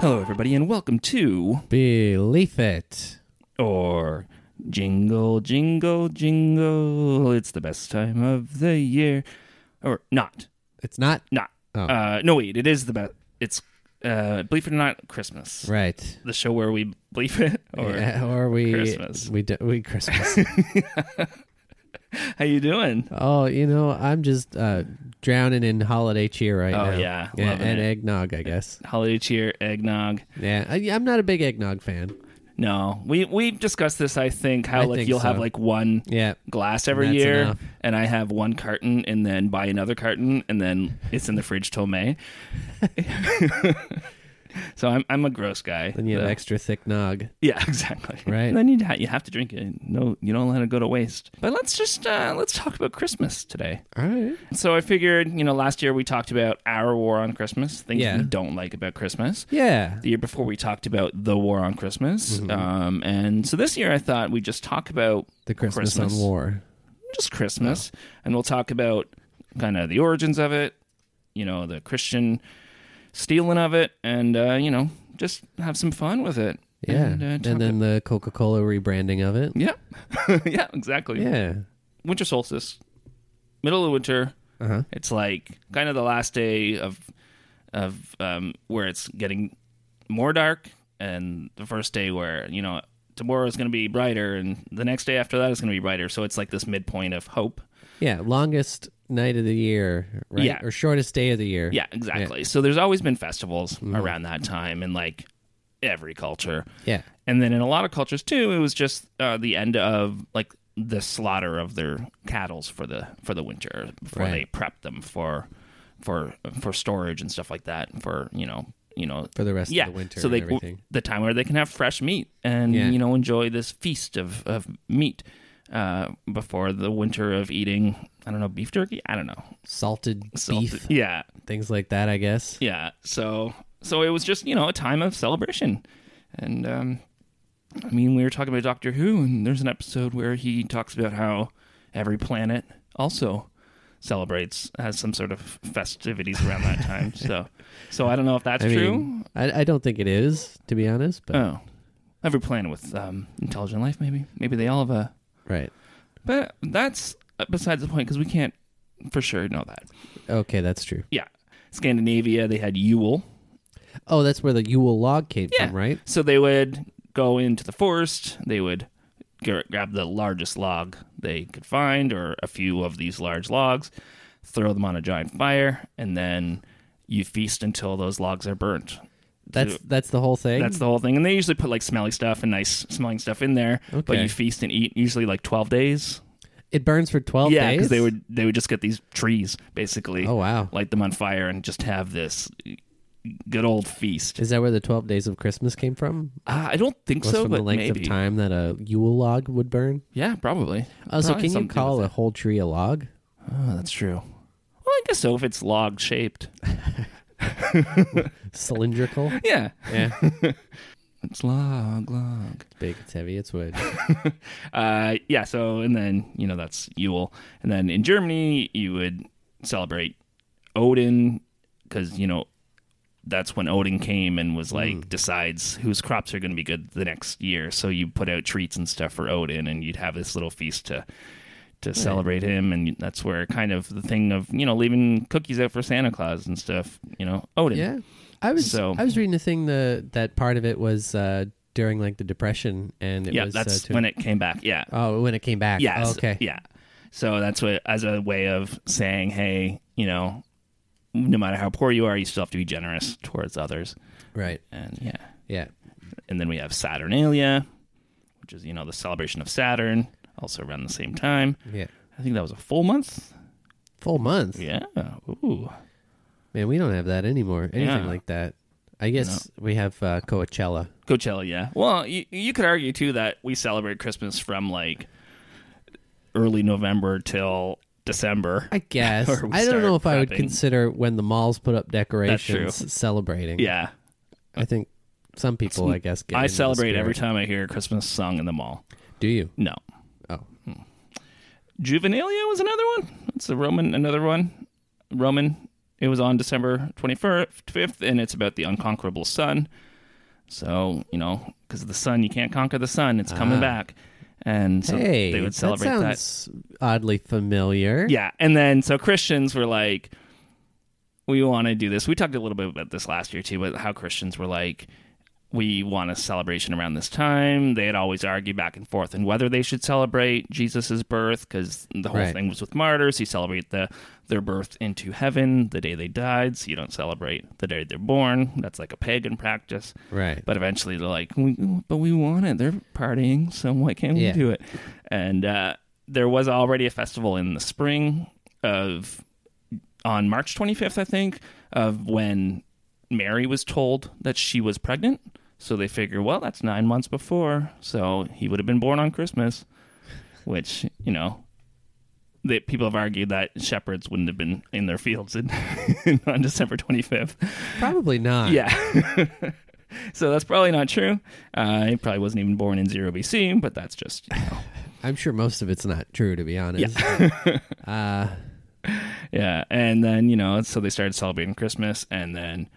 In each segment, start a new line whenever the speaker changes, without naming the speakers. Hello, everybody, and welcome to
Believe It.
Or Jingle, Jingle, Jingle. It's the best time of the year. Or not.
It's not?
Not.
Oh.
Uh, no, wait, it is the best. It's, uh, believe it or not, Christmas.
Right.
The show where we believe it. Or,
Yeah, or we
Christmas.
we do, we Christmas.
How you doing?
oh, you know, I'm just uh, drowning in holiday cheer right
Oh,
now.
yeah,
and,
loving
and
it.
eggnog, I guess.
Holiday cheer, eggnog.
Yeah, I, I'm not a big eggnog fan.
No, we we've discussed this. I think how
I
like
think
you'll have
so.
like one
Yeah.
glass every
That's
year,
enough.
and I have one carton, and then buy another carton, and then it's in the fridge till May. so I'm I'm a gross guy.
Then you have
So-
extra thick nog.
yeah, exactly.
Right.
then you ha- you have to drink it. No, you don't let it go to waste. But let's just uh, let's talk about Christmas today.
All right.
So I figured, you know, last year we talked about our war on Christmas, things
Yeah.
we don't like about Christmas.
Yeah.
The year before, we talked about the war on Christmas,
Mm-hmm.
um, and so this year I thought we'd just talk about
The Christmas, on war.
just Christmas, and we'll talk about kind of the origins of it, you know, the Christian stealing of it, and uh, you know, just have some fun with it.
Yeah.
and, uh,
And,
talk-
then the Coca Cola rebranding of it.
yeah, yeah, exactly.
Yeah.
Winter solstice, middle of winter.
Uh-huh.
It's like kind of the last day of of um, where it's getting more dark, and the first day where you know tomorrow is going to be brighter, and the next day after that is going to be brighter. So it's like this midpoint of hope.
Yeah. Longest night of the year, right?
Yeah.
Or shortest day of the year.
Yeah, exactly. So there's always been festivals
Mm-hmm.
around that time in like every culture.
Yeah.
And then in a lot of cultures too, it was just uh, the end of like the slaughter of their cattles for the for the winter before
Right.
they prepped them for for for storage and stuff like that for you know you know
For the rest of
yeah
the winter
so they
and everything.
the time where they can have fresh meat and
Yeah.
you know enjoy this feast of of meat uh, before the winter of eating I don't know beef jerky I don't know
Salted
Salted-
beef,
yeah
things like that, I guess.
yeah so so it was just you know a time of celebration and um i mean we were talking about doctor who and there's an episode where he talks about how every planet also celebrates has some sort of festivities around that time so so i don't know if that's
I
true
mean, I, I don't think it is, to be honest. But
oh every planet with um intelligent life maybe maybe they all have a
right,
but that's uh, besides the point because we can't for sure know that
okay, that's true.
yeah scandinavia they had yule
Oh, that's where the Yule log came
Yeah.
from, right?
So they would go into the forest. They would gra- grab the largest log they could find, or a few of these large logs, throw them on a giant fire, and then you feast until those logs are burnt.
That's
So
that's the whole thing.
that's the whole thing. And they usually put like smelly stuff and nice smelling stuff in there. But
Okay.
you feast and eat usually like twelve days.
it burns for twelve
yeah,
days.
they would they would just get these trees basically.
Oh, wow.
Light them on fire and just have this good old feast.
Is that where the twelve days of Christmas came from?
Uh, I don't think
Was
so,
from
but
the length
maybe.
of time that a Yule log would burn.
Yeah, probably.
Oh, so
Probably
can you
something to do
call
with
a whole tree a log?
it. Oh, that's true. Well, I guess so if it's log shaped.
Cylindrical.
Yeah,
yeah,
it's log log.
it's big. It's heavy. It's wood.
Uh, yeah. So and then you know that's Yule, and then in Germany you would celebrate Odin because you know that's when Odin came and was like decides whose crops are going to be good the next year. So you put out treats and stuff for Odin, and you'd have this little feast to to celebrate him, and that's where kind of the thing of you know leaving cookies out for Santa Claus and stuff. You know, Odin.
Yeah, I was
So-
I was reading a thing the that part of it was uh, during like the Depression, and it
yeah,
was
that's
uh, to-
when it came back. Yeah.
oh when it came back.
yeah.
Oh,
so-
okay.
Yeah. So that's what as a way of saying, hey, you know, no matter how poor you are, you still have to be generous towards others.
Right.
And yeah.
Yeah.
And then we have Saturnalia, which is, you know, the celebration of Saturn, also around the same time.
Yeah.
I think that was a full month.
Full month.
Yeah. Ooh.
Man, we don't have that anymore. Anything
Yeah.
like that. I guess we have uh, Coachella.
Coachella, yeah. Well, you, you could argue too that we celebrate Christmas from like early November till December.
I guess.
Or we
I don't know if
start
I would
prepping.
consider when the malls put up decorations celebrating.
yeah,
I think some people, I guess, get
I
into the
celebrate
spirit.
every time I hear a Christmas song in the mall.
Do you?
No,
Oh,
Juvenilia was another one. It's a Roman, another one. Roman. It was on December twenty fifth, and it's about the unconquerable sun. So you know, because of the sun, you can't conquer the sun. It's coming back, and so
Ah. hey,
they would celebrate
that sounds oddly familiar.
Yeah, and then so Christians were like, we want to do this. We talked a little bit about this last year too, but how Christians were like, we want a celebration around this time. They had always argued back and forth and whether they should celebrate Jesus' birth because the whole
Right.
thing was with martyrs. You celebrate the their birth into heaven the day they died, so you don't celebrate the day they're born. That's like a pagan practice.
Right.
But eventually they're like, we, but we want it. They're partying, so why can't we
Yeah.
do it? And uh, there was already a festival in the spring of on March 25th, I think, of when Mary was told that she was pregnant. So they figure, well, that's nine months before, so he would have been born on Christmas, which you know. That people have argued that shepherds wouldn't have been in their fields in, on December 25th.
Probably not.
Yeah. so that's probably not true. Uh, he probably wasn't even born in zero BC, but that's just you know.
I'm sure most of it's not true, to be honest.
yeah. And then you know, so they started celebrating Christmas, and then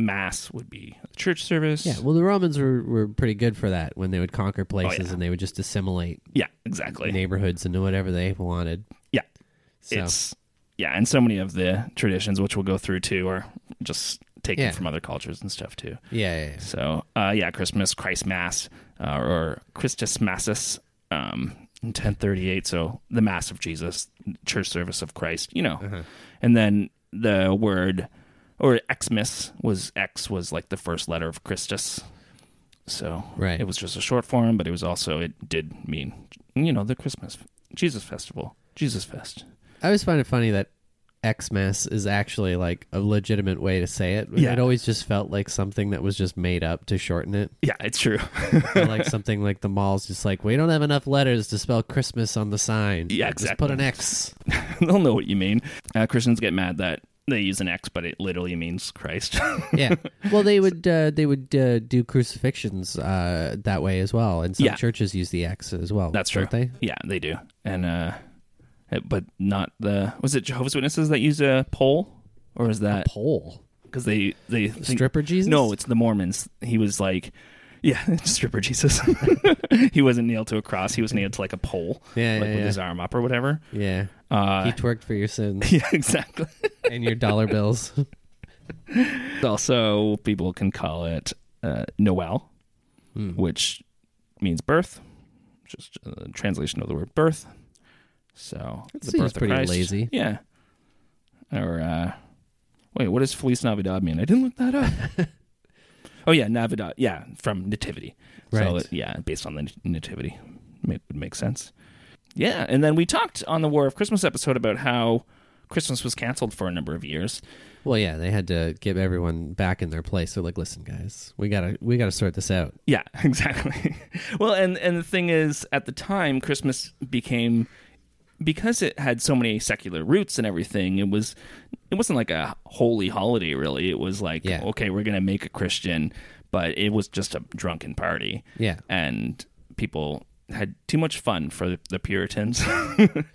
mass would be a church service.
Yeah, well, the Romans were, were pretty good for that when they would conquer places
yeah.
and they would just assimilate
yeah, exactly.
neighborhoods into whatever they wanted.
Yeah,
So,
it's yeah, and so many of the traditions which we'll go through too are just taken
Yeah.
from other cultures and stuff too.
yeah, yeah, yeah.
So uh, yeah, Christmas, Christ Mass, uh, or Christus Massus um, in 1038. So the Mass of Jesus, church service of Christ, you know. And then the word or Xmas was X was like the first letter of Christus. So
Right.
it was just a short form, but it was also it did mean you know the Christmas Jesus festival, Jesus Fest.
I always find it funny that Xmas is actually like a legitimate way to say it.
Yeah.
It always just felt like something that was just made up to shorten it.
Yeah, it's true.
Or like something like the mall's just like, we don't have enough letters to spell Christmas on the sign.
Yeah,
Just put
exactly.
an X.
They'll know what you mean. Uh, Christians get mad that they use an X, but it literally means Christ.
Yeah. Well, they would uh, they would uh, do crucifixions uh, that way as well, and some
Yeah.
churches use the X as well.
That's true.
don't they?
Yeah, they do. And uh it- but not the was it Jehovah's Witnesses that use a pole or is that
Pole.
because they they think,
Stripper Jesus?
No, it's the Mormons. He was like, yeah, stripper Jesus. he wasn't nailed to a cross. He was nailed to like a pole,
Yeah,
like
yeah,
with
yeah.
his arm up or whatever.
Yeah.
Uh,
he twerked for your sins
yeah, exactly.
and your dollar bills.
also, people can call it uh, Noel,
Hmm.
which means birth, just a translation of the word birth. So the
seems
birth of
pretty
Christ.
lazy.
Yeah. Or uh, wait, what does Feliz Navidad mean? I didn't look that up. oh yeah, Navidad. Yeah, from Nativity. So
Right.
yeah, based on the nat- Nativity, it would make sense. Yeah, and then we talked on the War of Christmas episode about how Christmas was canceled for a number of years.
Well, yeah, they had to give everyone back in their place. They're like, listen, guys, we gotta we gotta sort this out.
Yeah, exactly. well, and and the thing is, at the time, Christmas became because it had so many secular roots and everything. It was it wasn't like a holy holiday, really. It was like,
Yeah.
okay, we're gonna make a Christian, but it was just a drunken party.
Yeah.
and people had too much fun for the, the Puritans.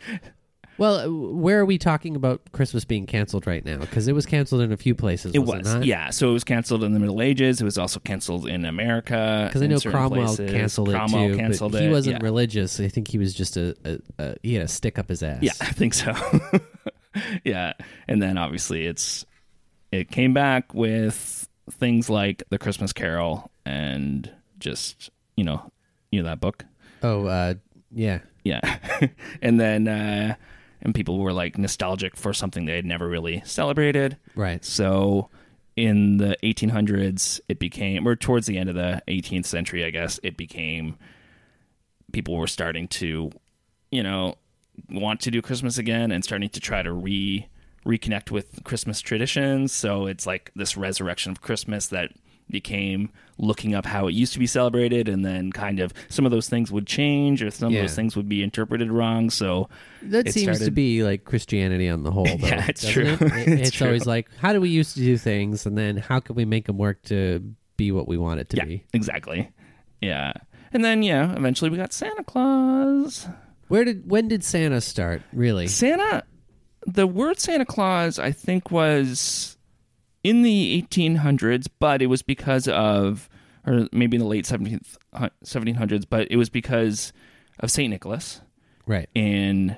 Well, uh, where are we talking about Christmas being canceled right now? Because it was canceled in a few places.
it
was,
was,
not?
yeah. So it was canceled in the Middle Ages. It was also canceled in America
Because I
in
know
certain
Cromwell
places.
canceled it
Cromwell
too,
canceled
but he
it,
wasn't
yeah.
religious. I think he was just a, a, a he had a stick up his ass.
Yeah, I think so. yeah, and then obviously it's it came back with things like the Christmas Carol and just you know you know that book.
Oh, uh, yeah.
Yeah, and then uh, and people were like nostalgic for something they had never really celebrated.
Right.
So in the 1800s, it became, or towards the end of the 18th century, I guess, it became, people were starting to, you know, want to do Christmas again and starting to try to re reconnect with Christmas traditions. So it's like this resurrection of Christmas that became looking up how it used to be celebrated and then kind of some of those things would change or some
Yeah.
of those things would be interpreted wrong so
That
it
seems to
started-
be like Christianity on the whole. Though,
Yeah, it's
doesn't
true.
It? It-
It's
it's
true.
always like, how do we used to do things, and then how can we make them work to be what we want it to
yeah
be?
exactly yeah and then yeah eventually we got santa claus
Where did when did Santa start? Really?
Santa, the word Santa Claus, I think, was in the 1800s, but it was because of, or maybe in the late 17th, hu- 1700s, but it was because of St. Nicholas.
Right.
In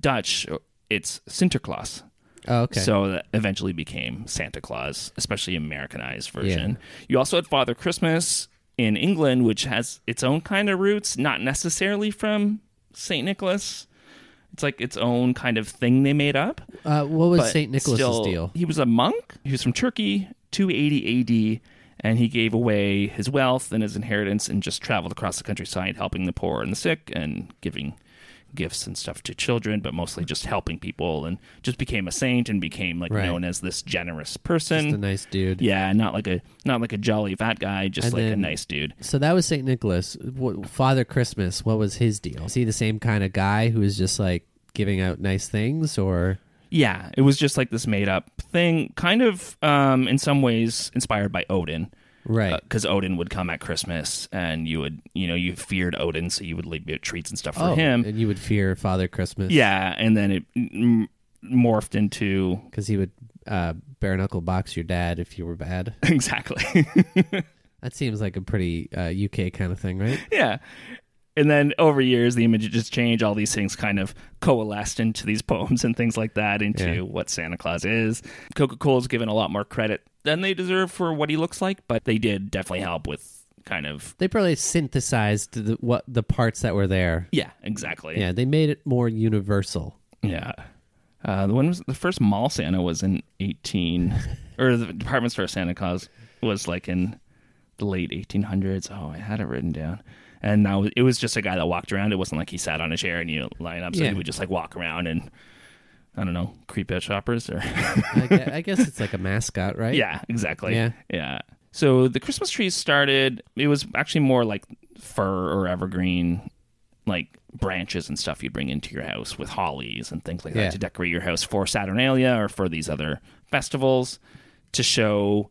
Dutch, it's Sinterklaas.
Oh, okay.
So that eventually became Santa Claus, especially Americanized version. You also had Father Christmas in England, which has its own kind of roots, not necessarily from St. Nicholas. It's like its own kind of thing they made up.
uh, what was
but
Saint Nicholas'
still,
deal?
He was a monk. He was from Turkey, 280 AD, and he gave away his wealth and his inheritance and just traveled across the countryside helping the poor and the sick and giving gifts and stuff to children, but mostly just helping people and just became a saint and became like
Right.
known as this generous person.
Just a nice dude.
yeah, not like a not like a jolly fat guy, just
And
like a
then-
nice dude.
So that was Saint Nicholas. What, Father Christmas. What was his deal? Is he the same kind of guy who is just like giving out nice things, or
Yeah, it was just like this made up thing, kind of um, in some ways inspired by Odin.
right?
because Odin would come at Christmas, and you would, you know, you feared Odin, so you would leave your treats and stuff for
oh,
him.
and you would fear Father Christmas.
yeah, and then it m- morphed into
because he would uh, bare knuckle box your dad if you were bad.
exactly,
That seems like a pretty uh, UK kind of thing, right?
yeah. And then over years, the images just change. All these things kind of coalesced into these poems and things like that, into
Yeah.
what Santa Claus is. Coca Cola's given a lot more credit than they deserve for what he looks like, but they did definitely help with kind of
They probably synthesized the, what the parts that were there.
yeah, exactly,
Yeah, they made it more universal.
Yeah. Uh, the one was the first mall Santa was in eighteen, or the department store Santa Claus was like in the late eighteen hundreds. Oh, I had it written down. And now it was just a guy that walked around. It wasn't like he sat on a chair and you line up. So
Yeah.
he would just like walk around and I don't know, creep out shoppers or
I, gue- I guess it's like a mascot, right?
yeah, exactly.
Yeah.
yeah. So the Christmas trees started. It was actually more like fir or evergreen, like branches and stuff you bring into your house with hollies and things like
Yeah.
that to decorate your house for Saturnalia or for these other festivals to show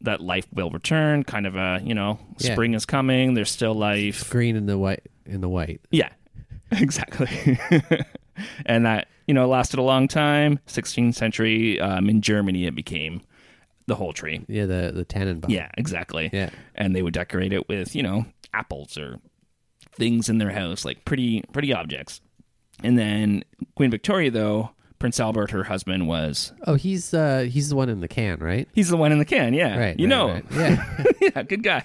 that life will return. Kind of a you know,
Yeah.
spring is coming. There's still life.
green and the white and the white.
Yeah, exactly. and that you know lasted a long time. 16th century um, in Germany, it became the whole tree.
Yeah, the the Tannenbaum.
Yeah, exactly.
Yeah.
and they would decorate it with you know apples or things in their house, like pretty pretty objects. And then Queen Victoria, though Prince Albert, her husband was
Oh, he's uh he's the one in the can, right?
he's the one in the can. Yeah,
Right.
you
right,
know.
right. Yeah.
yeah, good guy.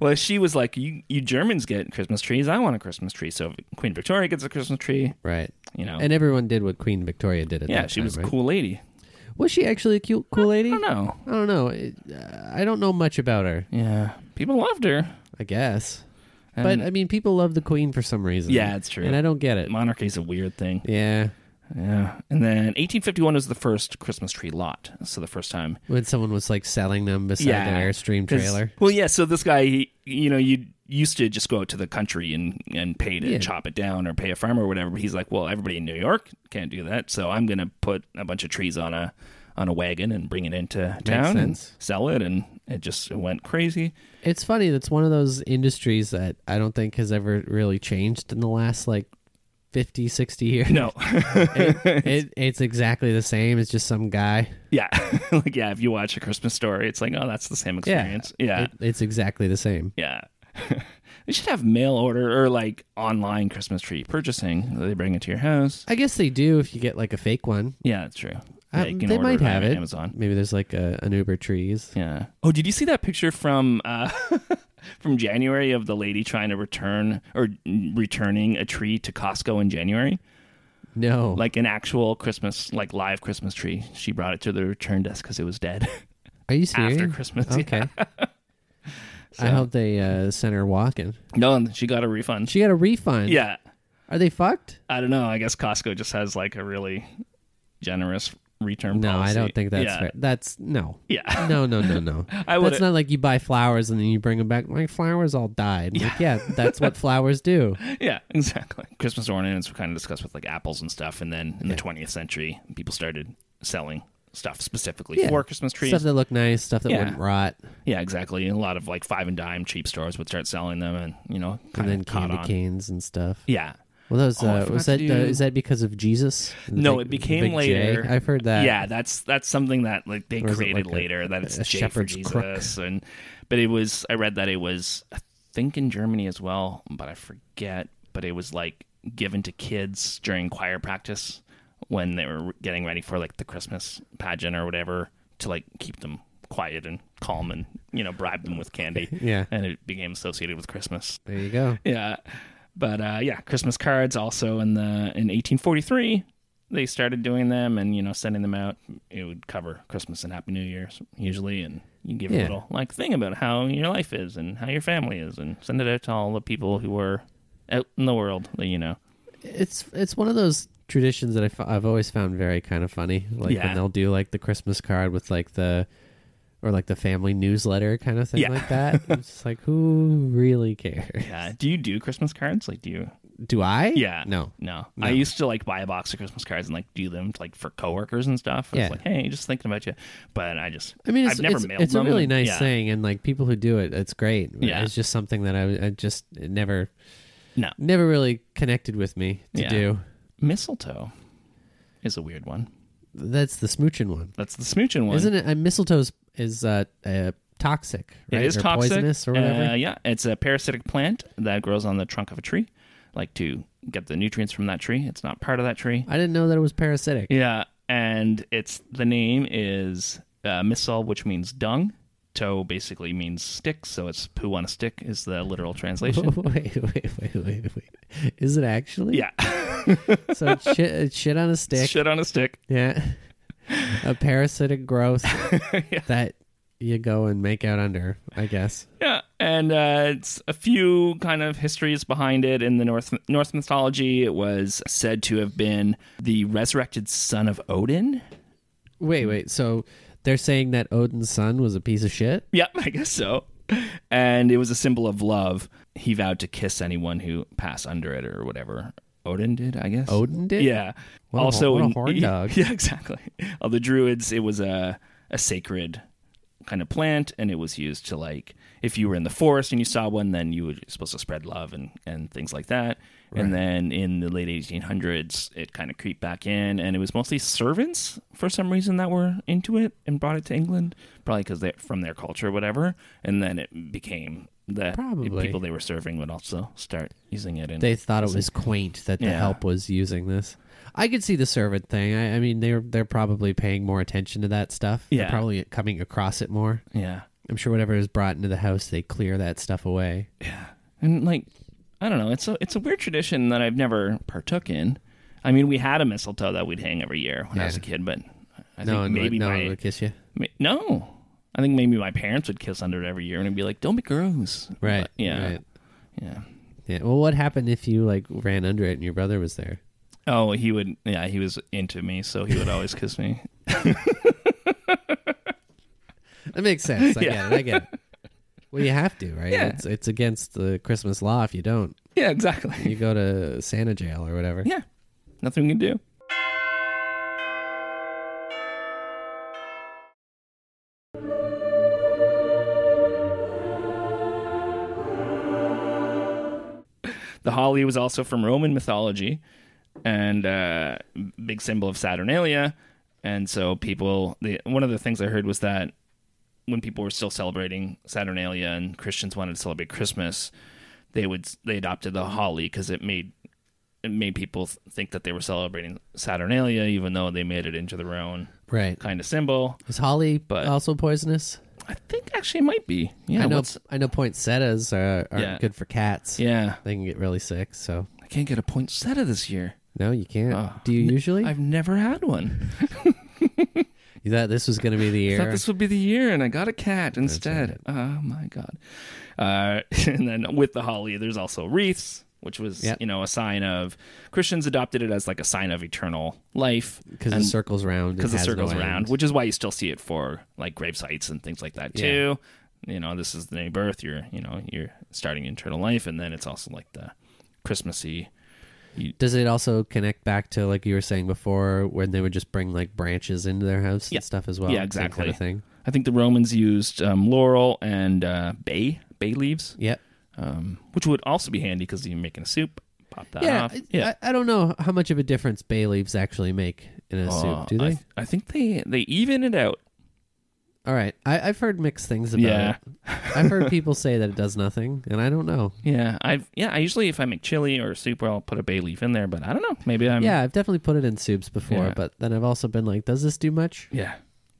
Well, she was like, you, you Germans get Christmas trees. I want a Christmas tree. So Queen Victoria gets a Christmas tree.
right.
You know,
And everyone did what Queen Victoria did at
Yeah,
that
she
time,
was a
right?
cool lady.
Was she actually a cute, cool lady?
I don't know.
I don't know. It, uh, I don't know much about her.
Yeah, people loved her.
I guess,
And
but I mean, people love the Queen for some reason.
Yeah, it's true.
and I don't get it.
monarchy's a weird thing.
Yeah,
Yeah. And then 1851 was the first Christmas tree lot. So the first time.
when someone was like selling them beside
yeah.
their airstream
'Cause-
trailer.
Well, yeah. So this guy, he, you know, you used to just go out to the country and and pay to
Yeah.
chop it down or pay a farmer or whatever. But he's like, well, everybody in New York can't do that, so I'm gonna put a bunch of trees on a on a wagon and bring it into town and
sense.
sell it, and it just went crazy.
It's funny. That's one of those industries that I don't think has ever really changed in the last like 50, 60 years.
No.
it, it's exactly the same. It's just some guy.
Yeah, like yeah, if you watch a Christmas story, it's like oh, that's the same experience. Yeah,
It- it's exactly the same.
yeah. they should have mail order or like online Christmas tree purchasing. They bring it to your house.
I guess they do if you get like a fake one.
Yeah, that's true.
Um,
Yeah, you can
they
order
might
on
have it.
Amazon.
Maybe there's like a, an Uber trees.
Yeah. Oh, did you see that picture from uh, from January of the lady trying to return or returning a tree to Costco in January?
No,
Like an actual Christmas, like live Christmas tree. She brought it to the return desk because it was dead.
are you serious?
Christmas,
Okay. I hope they uh, sent her walking.
no, and she got a refund.
She got a refund.
yeah.
Are they fucked?
I don't know. I guess Costco just has like a really generous return
No,
policy.
I don't think that's
yeah.
fair. That's no.
Yeah.
No, no, no, no.
I
that's
would've-
not like you buy flowers and then you bring them back. My flowers all died. Like, Yeah, that's what flowers do.
Yeah, exactly. Christmas ornaments were kind of discussed with like apples and stuff, and then in the 20th century, people started selling stuff specifically for Christmas trees.
Stuff that looked nice, stuff that
Yeah.
wouldn't rot,
yeah, exactly. And a lot of like five and dime cheap stores would start selling them, and you know,
and
kind
then
of caught
candy
on.
canes and stuff.
Yeah.
Well, that was,
Oh, I
uh, was
forgot
that
to
uh,
do-
is that because of Jesus? The
No,
big-
it
the
became
big J?
later.
I've heard that.
Yeah, that's that's something that like they
Or is it
created
like a-
later that it's
a
J for
shepherd's crook?
Jesus, and but it was I read that it was I think in Germany as well, but I forget. But it was like given to kids during choir practice when they were getting ready for like the Christmas pageant or whatever to like keep them quiet and calm and you know bribe them with candy.
Yeah.
and it became associated with Christmas.
There you go.
Yeah. But uh, yeah, Christmas cards also in the in 1843 they started doing them and you know sending them out. It would cover Christmas and Happy New Year's usually, and you give a
Yeah.
little like thing about how your life is and how your family is, and send it out to all the people who were out in the world. That you know,
It's it's one of those traditions that I f- I've always found very kind of funny. Like
Yeah.
when they'll do like the Christmas card with like the or like the family newsletter kind of thing
Yeah.
like that. it's just like who really cares?
yeah. Do you do Christmas cards? Like, do you?
Do I?
Yeah.
No.
no, I
No.
used to like buy a box of Christmas cards and like do them like for coworkers and stuff. I
Yeah.
was like, hey, just thinking about you. But I just,
I mean, it's,
I've never
it's,
mailed
it's a
them.
really nice
Yeah.
thing, and like people who do it, it's great.
Yeah.
It's just something that I, I just it never,
No.
never really connected with me to
Yeah.
do.
Mistletoe is a weird one.
That's the smooching one,
That's the smooching one.
isn't it? Uh, mistletoe is uh, uh, toxic, right?
It is
or
toxic.
poisonous or whatever.
Uh, yeah, it's a parasitic plant that grows on the trunk of a tree, like to get the nutrients from that tree. It's not part of that tree.
I didn't know that it was parasitic.
Yeah, and it's the name is uh, missile, which means dung. Toe basically means stick, so it's poo on a stick is the literal translation.
wait, wait, wait, wait, wait. Is it actually?
yeah,
So it's shit, it's shit on a stick.
shit on a stick.
Yeah. A parasitic growth that you go and make out under, I guess.
Yeah, and uh, it's a few kind of histories behind it. In the North Norse mythology, it was said to have been the resurrected son of Odin.
Wait, wait. So they're saying that Odin's son was a piece of shit?
Yep, I guess so. And it was a symbol of love. He vowed to kiss anyone who passed under it or whatever. Odin did, I guess.
Odin did?
Yeah.
What a-
also,
what a
in- E-
horn dog.
Yeah, exactly. Of the Druids, it was a a sacred kind of plant, and it was used to like if you were in the forest and you saw one, then you were supposed to spread love and and things like that. And then in the late 1800s, it kind of creeped back in, and it was mostly servants for some reason that were into it and brought it to England, probably because they're from their culture, or whatever. And then it became that
Probably.
people they were serving would also start using it. And
They thought it was quaint that the
Yeah.
help was using this. I could see the servant thing. I, I mean, they're they're probably paying more attention to that stuff.
Yeah.
They're probably coming across it more.
yeah.
I'm sure whatever is brought into the house, they clear that stuff away.
and like I don't know, it's a it's a weird tradition that I've never partook in. I mean, we had a mistletoe that we'd hang every year when I was a kid, but I
No
think
one,
maybe
would, no
my
one would kiss you.
ma- no, I think maybe my parents would kiss under it every year and it'd be like, "Don't be gross."
Right.
But, yeah,
right.
yeah.
Yeah. Well, what happened if you like ran under it and your brother was there?
Oh, he would. Yeah, he was into me, so he would always kiss me.
That makes sense. I
Yeah.
get it. I get it. Well, you have to, right?
Yeah.
It's it's against the Christmas law if you don't.
Yeah, exactly.
You go to Santa jail or whatever.
Yeah, nothing we can do. The holly was also from Roman mythology and uh, big symbol of Saturnalia. And so people, the, one of the things I heard was that when people were still celebrating Saturnalia and Christians wanted to celebrate Christmas, they would they adopted the holly because it made it made people th- think that they were celebrating Saturnalia, even though they made it into their own
Right.
kind of symbol.
Is holly
But-
also poisonous?
I think actually it might be. Yeah,
I know.
what's-
I know poinsettias are, are
Yeah.
good for cats.
yeah.
They can get really sick. So
I can't get a poinsettia this year.
no, you can't. Do you usually?
Uh, I've never had one.
you thought this was going to be the
I
year.
thought this would be the year, and I got a cat instead. Oh my god! Uh, and then with the holly, there's also wreaths, which was
Yep.
you know a sign of Christians adopted it as like a sign of eternal life
because it
And-
circles round.
because
it
the
has no
circle's round,
end.
which is why you still see it for like grave sites and things like that too. You know, this is the new birth. You're you know you're starting eternal life, and then it's also like the Christmassy.
Does it also connect back to like you were saying before, when they would just bring like branches into their house
Yeah.
and stuff as well?
yeah,
Same
exactly.
Kind of thing.
I think the Romans used um, laurel and uh, bay bay leaves,
Yep.
um, which would also be handy because you're making a soup. Pop that
Yeah,
off.
I, I, I don't know how much of a difference bay leaves actually make in a
Uh,
soup. Do they?
I, I think they they even it out.
All right, I, I've heard mixed things about
Yeah.
it. I've heard people say that it does nothing, and I don't know.
Yeah, I've yeah. I usually if I make chili or soup, I'll put a bay leaf in there, but I don't know. Maybe I'm
yeah, I've definitely put it in soups before,
Yeah.
but then I've also been like, does this do much?
Yeah.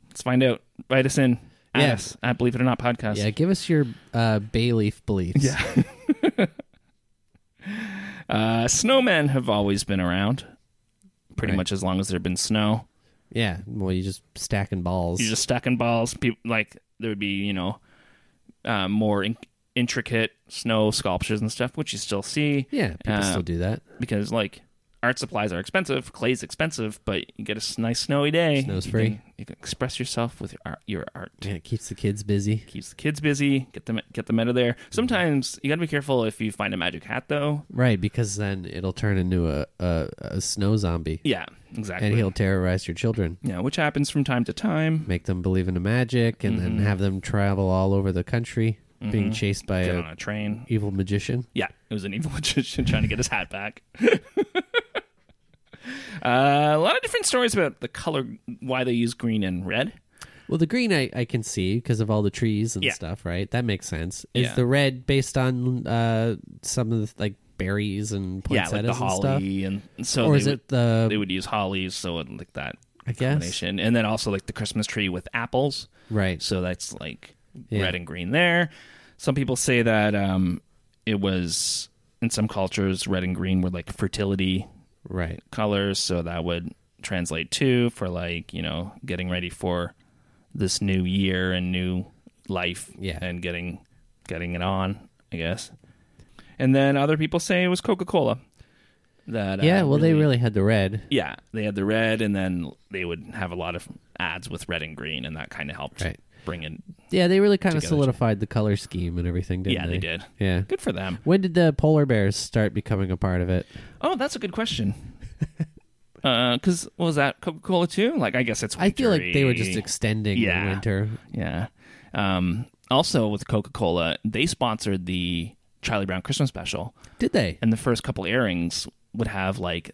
Let's find out. Write us in.
Yeah.
Yes. I believe it or not podcast.
Yeah, give us your uh, bay leaf beliefs. Yeah.
Uh, snowmen have always been around pretty
Right.
much as long as there's been snow.
Yeah, well, you just stacking balls.
You're just stacking balls. People, like, there would be, you know, uh, more in- intricate snow sculptures and stuff, which you still see.
yeah, people
Uh,
still do that.
Because, like, art supplies are expensive, clay's expensive, but you get a s- nice snowy day.
Snow's
you
free.
Can, you can express yourself with your art. Your art.
Yeah, it keeps the kids busy.
keeps the kids busy. Get them get them out of there. Sometimes you got to be careful if you find a magic hat though.
Right, because then it'll turn into a, a, a snow zombie,
Yeah, exactly.
and he'll terrorize your children,
yeah, which happens from time to time.
make them believe in the magic, and
Mm-hmm.
then have them travel all over the country, being chased by
Get
a
on a train.
evil magician.
Yeah, it was an evil magician trying to get his hat back. uh, a lot of different stories about the color, why they use green and red.
Well, the green I, I can see because of all the trees and
Yeah.
stuff, right? That makes sense. Is
Yeah.
the red based on uh, some of the like berries and
Yeah,
poinsettias
like the
and stuff?
holly, and, so
Or
they
is
would,
it the-
they would use hollies, so it, like that
I guess.
combination, and then also like the Christmas tree with apples.
Right.
So that's like
Yeah.
red and green there. Some people say that um, it was in some cultures red and green were like fertility
Right.
colors, so that would translate to for like you know getting ready for this new year and new life,
Yeah.
and getting getting it on, I guess. And then other people say it was Coca Cola. That
Yeah,
uh,
well, they really had the red.
yeah they had the red, and then they would have a lot of ads with red and green, and that kind of helped
Right.
bring in.
Yeah, they really kind of
Together.
solidified the color scheme and everything, didn't
Yeah,
they?
they did.
Yeah.
Good for them.
When did the polar bears start becoming a part of it?
Oh, that's a good question. Because what was that Coca Cola too? Like, I guess it's.
I feel like they were
wintry.
just extending
Yeah.
the winter.
Yeah. Um, also, with Coca Cola, they sponsored the Charlie Brown Christmas special,
Did they?
and the first couple airings would have like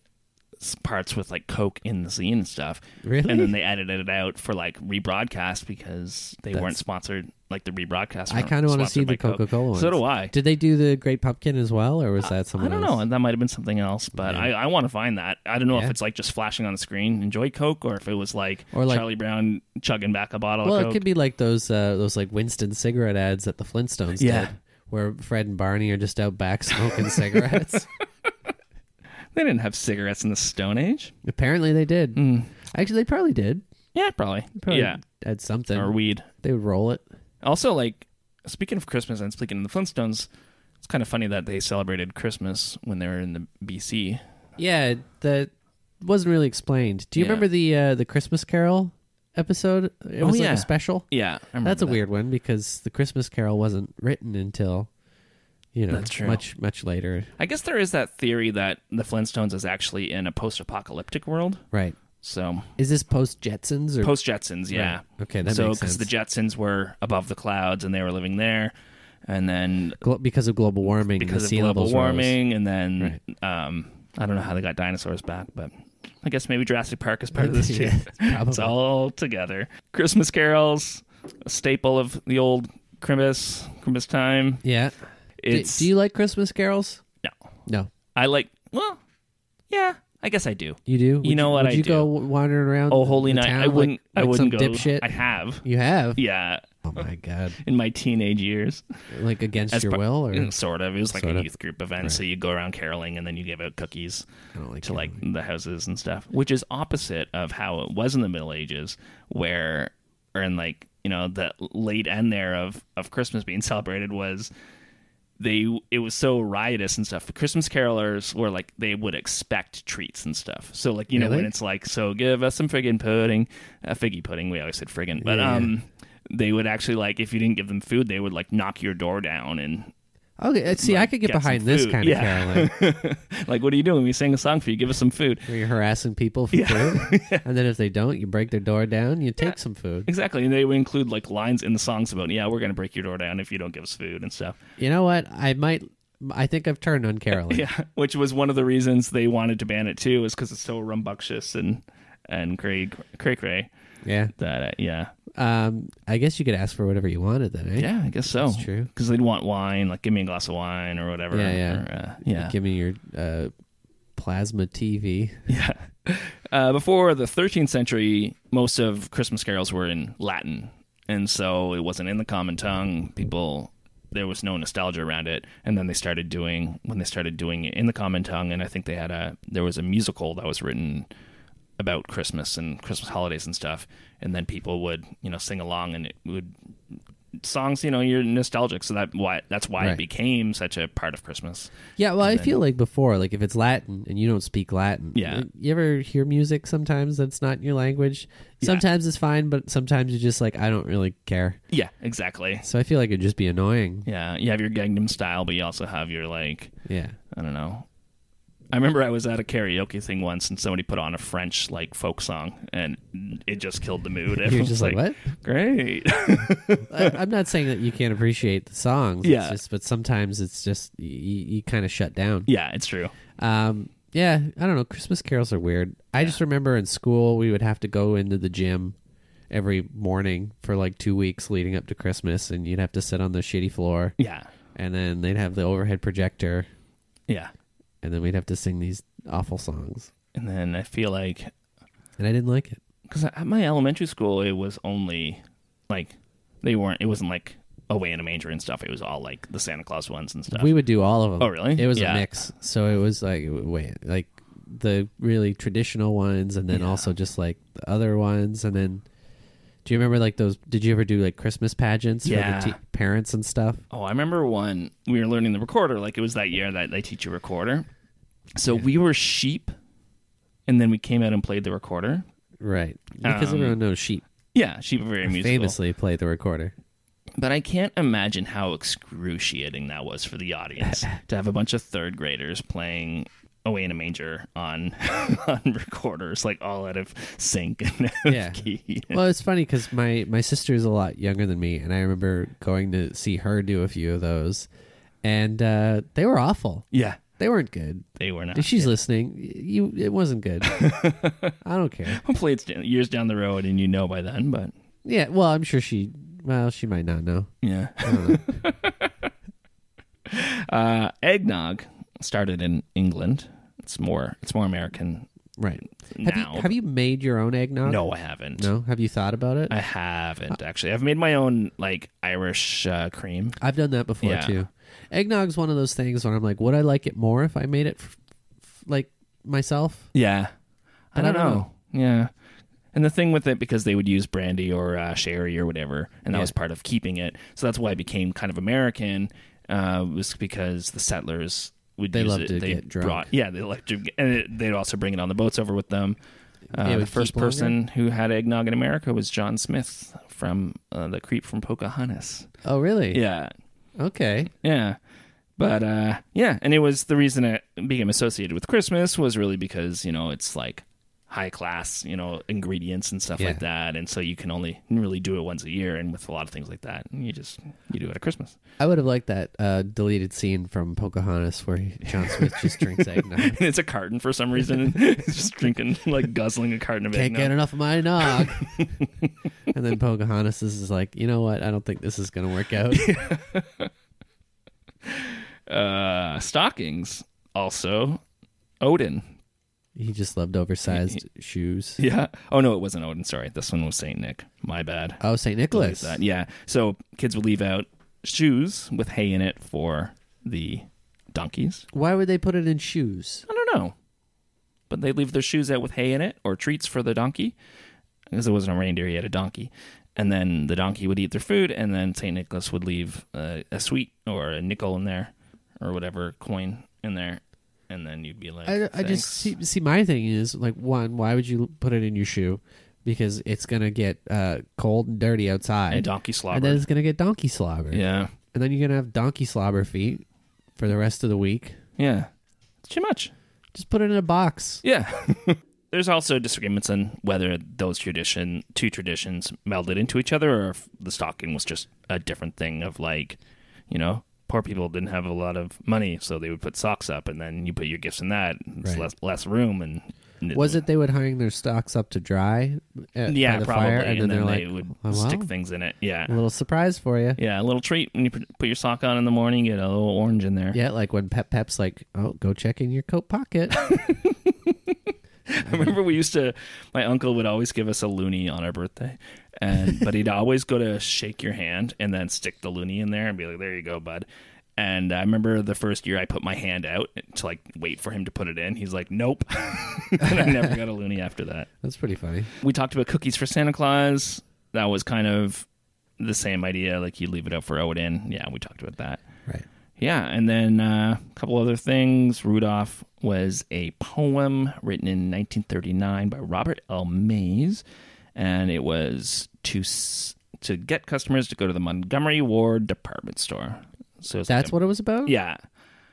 s- parts with like Coke in the scene and stuff.
Really?
And then they edited it out for like rebroadcast because they
That's-
weren't sponsored. Like the rebroadcast.
I kind of want to see the Coca Cola one.
So do I.
Did they do the Great Pumpkin as well, or was that
I
someone
don't
else?
know. and That might have been something else, but I, I want to find that. I don't know
Yeah.
if it's like just flashing on the screen, enjoy Coke, or if it was like,
Or, like-
Charlie Brown chugging back a bottle
Well,
of
it
Coke.
could be like those uh, those like Winston cigarette ads that the Flintstones
Yeah.
did, where Fred and Barney are just out back smoking cigarettes.
they didn't have cigarettes in the Stone Age.
Apparently, they did. Actually, they probably did.
Yeah, probably.
Probably
Hmm. yeah,
had something.
or weed.
They would roll it.
Also, like speaking of Christmas and speaking of the Flintstones, it's kind of funny that they celebrated Christmas when they were in the BC.
Yeah, that wasn't really explained. Do you
Yeah. Oh,
remember the uh, the Christmas Carol episode? It was like
yeah.
a special.
Yeah, I remember
That's a
that.
weird one because the Christmas Carol wasn't written until you know
That's true.
much much later.
I guess there is that theory that the Flintstones is actually in a post-apocalyptic world.
Right.
So
Is this post Jetsons or
post Jetsons, yeah.
Right. Okay, that
so
makes
because the Jetsons were above the clouds and they were living there, and then
glo- because of global warming? the
because of
sea
global
levels rose?
warming, and then um, I don't know how they got dinosaurs back, but I guess maybe Jurassic Park is part of this too.
Yeah, probably.
it's all together. Christmas carols, a staple of the old Christmas Christmas time.
Yeah. Do-
It's
do, you like Christmas carols?
no,
No.
I like well, yeah, I guess I do.
You do? Would
know what
would
I
you
do.
go wandering around?
Oh, holy
the
night!
town
I wouldn't.
Like,
I
like
wouldn't
some
go.
Dipshit.
I have.
You have?
Yeah,
Oh my god!
in my teenage years.
Like against your
par-
will, or
Mm, sort of. It was like
Sort
a
of.
youth group event, so you go around caroling and then you give out cookies
I don't like
to like the houses and stuff, which is opposite of how it was in the Middle Ages, where or in like you know the late end there of of Christmas being celebrated was they it was so riotous and stuff. The Christmas carolers were like they would expect treats and stuff. So like you know when
Really?
it's like so give us some friggin' pudding, a figgy pudding. We always said friggin', but
Yeah.
um, they would actually like if you didn't give them food, they would like knock your door down and
Okay, uh, see, I
Like,
could get,
get some
behind this
food.
kind of
Yeah.
caroling
like what are you doing? We sang a song for you. Give us some food.
where you're harassing people for food, and then if they don't, you break their door down, you take some food.
Exactly, and they would include like lines in the songs about yeah, we're gonna break your door down if you don't give us food and stuff.
You know what? I might. I think I've turned on caroling.
Yeah, which was one of the reasons they wanted to ban it too, is because it's so rumbunctious and and cray cray cray
Yeah.
that uh, yeah
Um. I guess you could ask for whatever you wanted then. Eh?
yeah I guess so.
That's true.
Because they'd want wine, like give me a glass of wine or whatever.
Yeah, yeah.
or, uh, yeah.
Give me your uh, plasma TV.
uh, before the 13th century, most of Christmas carols were in Latin, and so it wasn't in the common tongue. People, there was no nostalgia around it, and then they started doing when they started doing it in the common tongue, and I think they had a there was a musical that was written about Christmas and Christmas holidays and stuff, and then people would you know sing along, and it would songs you know you're nostalgic, so that why that's why
Right.
it became such a part of Christmas.
Yeah, well, I feel like before, like if it's Latin and you don't speak Latin, uh,
Yeah.
you ever hear music sometimes that's not your language? Sometimes it's fine, but sometimes you're just like, I don't really care.
Yeah, exactly.
So I feel like it'd just be annoying.
Yeah, you have your Gangnam style, but you also have your like
Yeah.
I don't know. I remember I was at a karaoke thing once and somebody put on a French like folk song and it just killed the mood. Everyone's
just like, "What?"
Great.
I, I'm not saying that you can't appreciate the songs.
Yeah.
It's just, but sometimes it's just, you, you kind of shut down.
yeah, it's true.
Um, yeah, I don't know. Christmas carols are weird. I just remember in school we would have to go into the gym every morning for like two weeks leading up to Christmas, and you'd have to sit on the shitty floor,
Yeah,
and then they'd have the overhead projector,
yeah.
and then we'd have to sing these awful songs,
And then I feel like
and I didn't like it.
because at my elementary school it was only like they weren't. It wasn't like away in a manger and stuff. It was all like the Santa Claus ones and stuff.
We would do all of them.
Oh, really?
It was
Yeah.
a mix. So it was like wait, like the really traditional ones, and then also just like the other ones, and then. Do you remember like those? Did you ever do like Christmas pageants
Yeah.
for the te- parents and stuff?
Oh, I remember one. We were learning the recorder. Like it was that year that they teach you recorder. So we were sheep, and then we came out and played the recorder.
Right. Because
Um,
everyone knows sheep
Yeah, sheep are very musical.
famously play the recorder.
But I can't imagine how excruciating that was for the audience to have a bunch of third graders playing Away in a Manger on on recorders, like all out of sync and out of
Yeah.
key.
Well, it's funny because my, my sister is a lot younger than me, and I remember going to see her do a few of those, and uh, they were awful.
Yeah,
They weren't good.
they were not.
If she's listening, you it wasn't good. I don't care.
Hopefully, it's down- years down the road, and you know by then. But
Yeah. Well, I'm sure she. Well, she might not know.
yeah, uh, eggnog started in England. It's more. It's more American
Right. Have
now.
you have you made your own eggnog?
No, I haven't.
No. Have you thought about it?
I haven't actually. I've made my own like Irish uh, cream.
I've done that before
Yeah.
too. Eggnog's one of those things where I'm like, would I like it more if I made it f- f- like myself?
Yeah. I
But
don't, know. Yeah. And the thing with it, because they would use brandy or uh, sherry or whatever, and that was part of keeping it. So that's why it became kind of American, uh, was because the settlers would
They
use
loved
it.
to
they
get drunk.
brought, yeah, they liked to, and it, they'd also bring it on the boats over with them. Uh,
It
the
would
first
keep longer?
person who had eggnog in America was John Smith from uh, the Creep from Pocahontas.
Oh, really?
Yeah,
Okay.
Yeah. But uh yeah, and it was the reason it became associated with Christmas was really because, you know, it's like high class, you know, ingredients and stuff
Yeah.
like that. And so you can only really do it once a year and with a lot of things like that. And you just you do it at Christmas.
I would have liked that uh, deleted scene from Pocahontas where he- John Smith just drinks eggnog.
And it's a carton for some reason. It's just drinking like guzzling a carton of
Can't
eggnog.
get enough of my nog. and then Pocahontas is like, you know what? I don't think this is going to work out.
Uh stockings also. Odin.
he just loved oversized shoes.
Yeah. Oh no, it wasn't Odin, sorry. This one was Saint Nick. My bad.
Oh, St.
Believe
Nicholas.
that. Yeah. So kids would leave out shoes with hay in it for the donkeys.
Why would they put it in shoes?
I don't know. But they leave their shoes out with hay in it or treats for the donkey. Because it wasn't a reindeer, he had a donkey. and then the donkey would eat their food, and then Saint Nicholas would leave uh, a sweet or a nickel in there, or whatever coin in there, and then you'd be like,
I, I just
"Thanks."
see, see. My thing is like one. Why would you put it in your shoe? Because it's gonna get uh, cold and dirty outside,
and donkey
and then
slobber.
it's gonna get donkey slobber.
Yeah,
and then you're gonna have donkey slobber feet for the rest of the week.
yeah, it's too much.
Just put it in a box.
Yeah. There's also disagreements on whether those tradition two traditions melded into each other or if the stocking was just a different thing of like, you know, poor people didn't have a lot of money, so they would put socks up and then you put your gifts in that. and It's
Right.
less less room and and
Was it they would hang their stocks up to dry? At,
yeah,
by the
probably.
Fire,
and,
and,
then,
they're
they
like,
would
"Oh, well,
stick things in it. Yeah.
A little surprise for you.
Yeah, a little treat when you put put your sock on in the morning, you get a little orange in there.
Yeah, like when Pep Pep's like, "Oh, go check in your coat pocket."
I remember we used to my uncle would always give us a loony on our birthday and but he'd always go to shake your hand and then stick the loony in there and be like there you go bud and i remember the first year i put my hand out to like wait for him to put it in he's like nope and i never got a loony after that
That's pretty funny.
we talked about cookies for santa claus that was kind of the same idea like you leave it out for odin yeah we talked about that
Right.
yeah, and then uh, a couple other things. Rudolph was a poem written in 1939 by Robert L. Mays, and it was to s- to get customers to go to the Montgomery Ward department store. So it's
That's
like a-
what it was about.
Yeah.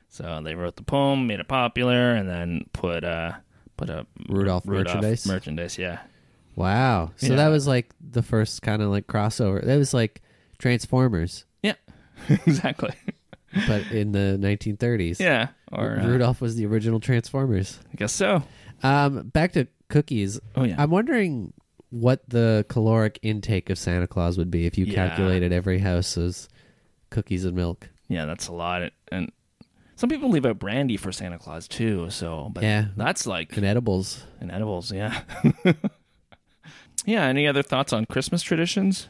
So they wrote the poem, made it popular, and then put uh put a
Rudolph merchandise?
Merchandise, yeah.
Wow. So
Yeah.
that was like the first kind of like crossover. That was like Transformers,
Yeah. exactly.
but in the 1930s.
Yeah. Or uh,
Rudolph was the original Transformers.
I guess so.
Um, back to cookies.
Oh, yeah.
I'm wondering what the caloric intake of Santa Claus would be if you
Yeah.
calculated every house's cookies and milk.
Yeah, that's a lot. And some people leave out brandy for Santa Claus too. So, but
Yeah.
that's like
And edibles.
in edibles. Yeah. yeah. Any other thoughts on Christmas traditions?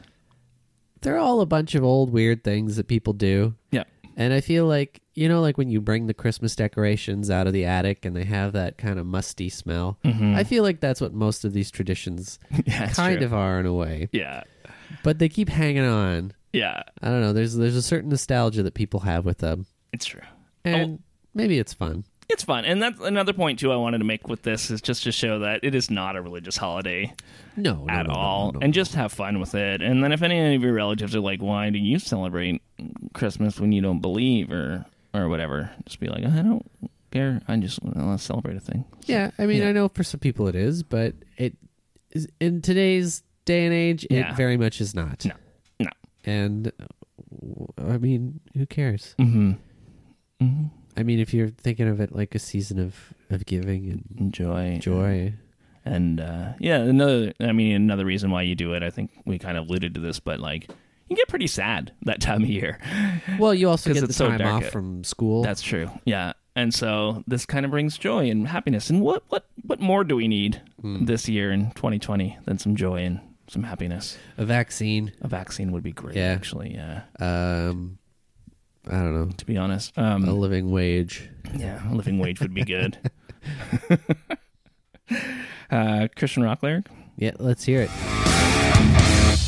They're all a bunch of old weird things that people do.
Yeah.
And I feel like, you know, like when you bring the Christmas decorations out of the attic and they have that kind of musty smell, I feel like that's what most of these traditions
Mm-hmm. Yeah. it's
kind
true.
of are in a way.
Yeah.
But they keep hanging on.
Yeah.
I don't know. There's there's a certain nostalgia that people have with them.
It's true.
And maybe it's fun.
It's fun. And that's another point too I wanted to make with this is just to show that it is not a religious holiday
No, no,
at
no, no,
all.
no, no.
And just have fun with it. And then if any of your relatives are like, Why do you celebrate Christmas when you don't believe or or whatever, just be like, I don't care. I just want to celebrate a thing.
Yeah, I mean, I know for some people it is, but it is in today's day and age, it
Yeah.
very much is not.
No. No.
And uh, w- I mean, who cares? Mm-hmm.
Mm-hmm.
I mean, if you're thinking of it like a season of of giving and
Enjoy.
joy,
And uh, yeah, another I mean another reason why you do it, I think we kind of alluded to this, but like you get pretty sad that time of year.
well, you also
'Cause
get the
it's so
time
dark
off
out.
from school.
That's true. Yeah. And so this kind of brings joy and happiness. And what what what more do we need this year in 2020 than some joy and some happiness?
a vaccine.
A vaccine would be great
Yeah.
actually. Yeah.
Um, I don't know,
To be honest.
a
Um
living wage.
yeah, a living wage would be good. uh Christian rock lyric?
Yeah, let's hear it.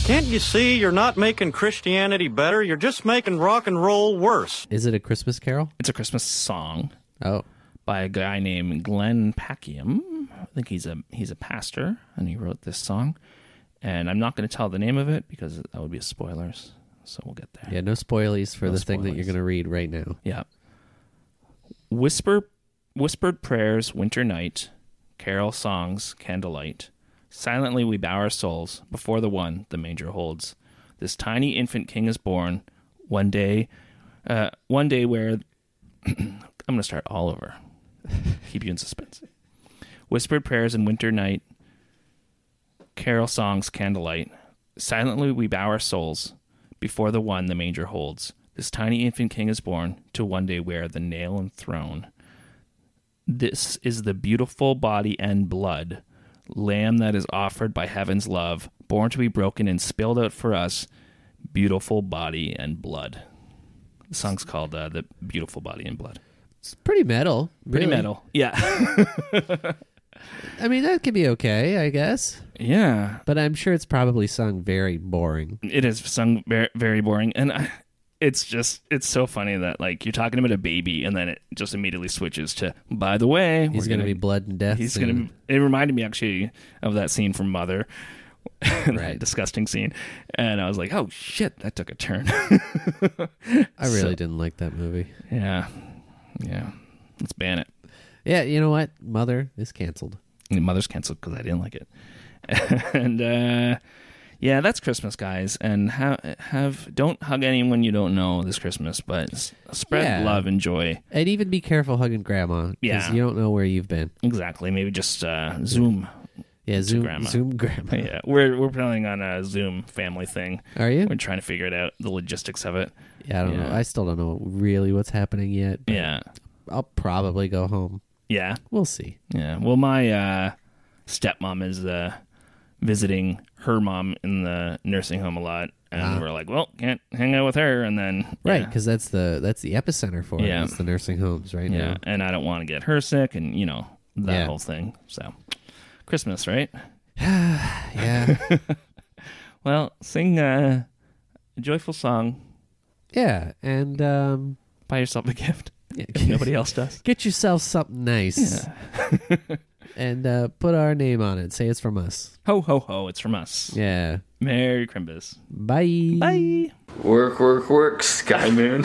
Can't you see you're not making Christianity better? You're just making rock and roll worse.
Is it a Christmas carol?
It's a Christmas song.
Oh,
by a guy named Glenn Packiam. I think he's a he's a pastor, and he wrote this song. And I'm not going to tell the name of it because that would be spoilers. So we'll get there.
yeah. No spoilies for
No
the thing that you're
spoilies.
going to read right now.
Yeah. Whisper, whispered prayers, winter night, carol songs, candlelight. Silently we bow our souls before the one the manger holds. This tiny infant king is born. One day, uh, one day where I'm going to start all over. Keep you in suspense. Whispered prayers in winter night, carol songs, candlelight. Silently we bow our souls before the one the manger holds. This tiny infant king is born to one day wear the nail and throne. This is the beautiful body and blood, lamb that is offered by heaven's love, born to be broken and spilled out for us. Beautiful body and blood. The song's called uh, "The Beautiful Body and Blood."
It's pretty metal.
Pretty
really.
metal, yeah.
I mean, that could be okay, I guess.
Yeah,
But I'm sure it's probably sung very boring.
it is sung very, very boring, and I, it's just it's so funny that like you're talking about a baby, and then it just immediately switches to. By the way,
He's
we're
going to
gonna-
be blood and death.
He's
soon.
gonna. It reminded me actually of that scene from Mother. that
Right.
disgusting scene, and I was like, "Oh shit, that took a turn."
I really didn't like that movie.
yeah, yeah. Let's ban it.
Yeah, you know what? Mother is canceled.
And Mother's canceled because I didn't like it. and uh, yeah, that's Christmas, guys. And ha- have don't hug anyone you don't know this Christmas, but s- spread
Yeah.
love and joy.
And even be careful hugging grandma because
Yeah.
you don't know where you've been.
Exactly. Maybe just uh, Zoom.
Yeah, zoom,
grandma.
zoom, grandma.
Yeah, we're we're planning on a Zoom family thing.
Are you?
We're trying to figure it out, the logistics of it.
Yeah, I don't know.
Yeah.
I still don't know really what's happening yet. but
Yeah.
I'll probably go home.
Yeah.
We'll see.
Yeah. Well, my uh, stepmom is uh, visiting her mom in the nursing home a lot, and we're like, well, can't hang out with her. And then
Ah. Right,
yeah.
because that's the that's the epicenter for
Yeah.
it. It's the nursing homes right
yeah,
now.
and I don't want to get her sick, and you know that
Yeah.
whole thing. So Christmas, right?
Yeah,
Well, sing uh, a joyful song,
yeah, and um,
buy yourself a gift. If nobody else does.
get yourself something nice, and uh, put our name on it. Say it's from us.
Ho ho ho! It's from us.
Yeah.
Merry Crimbus.
Bye.
Bye.
Work, work, work, Sky Moon.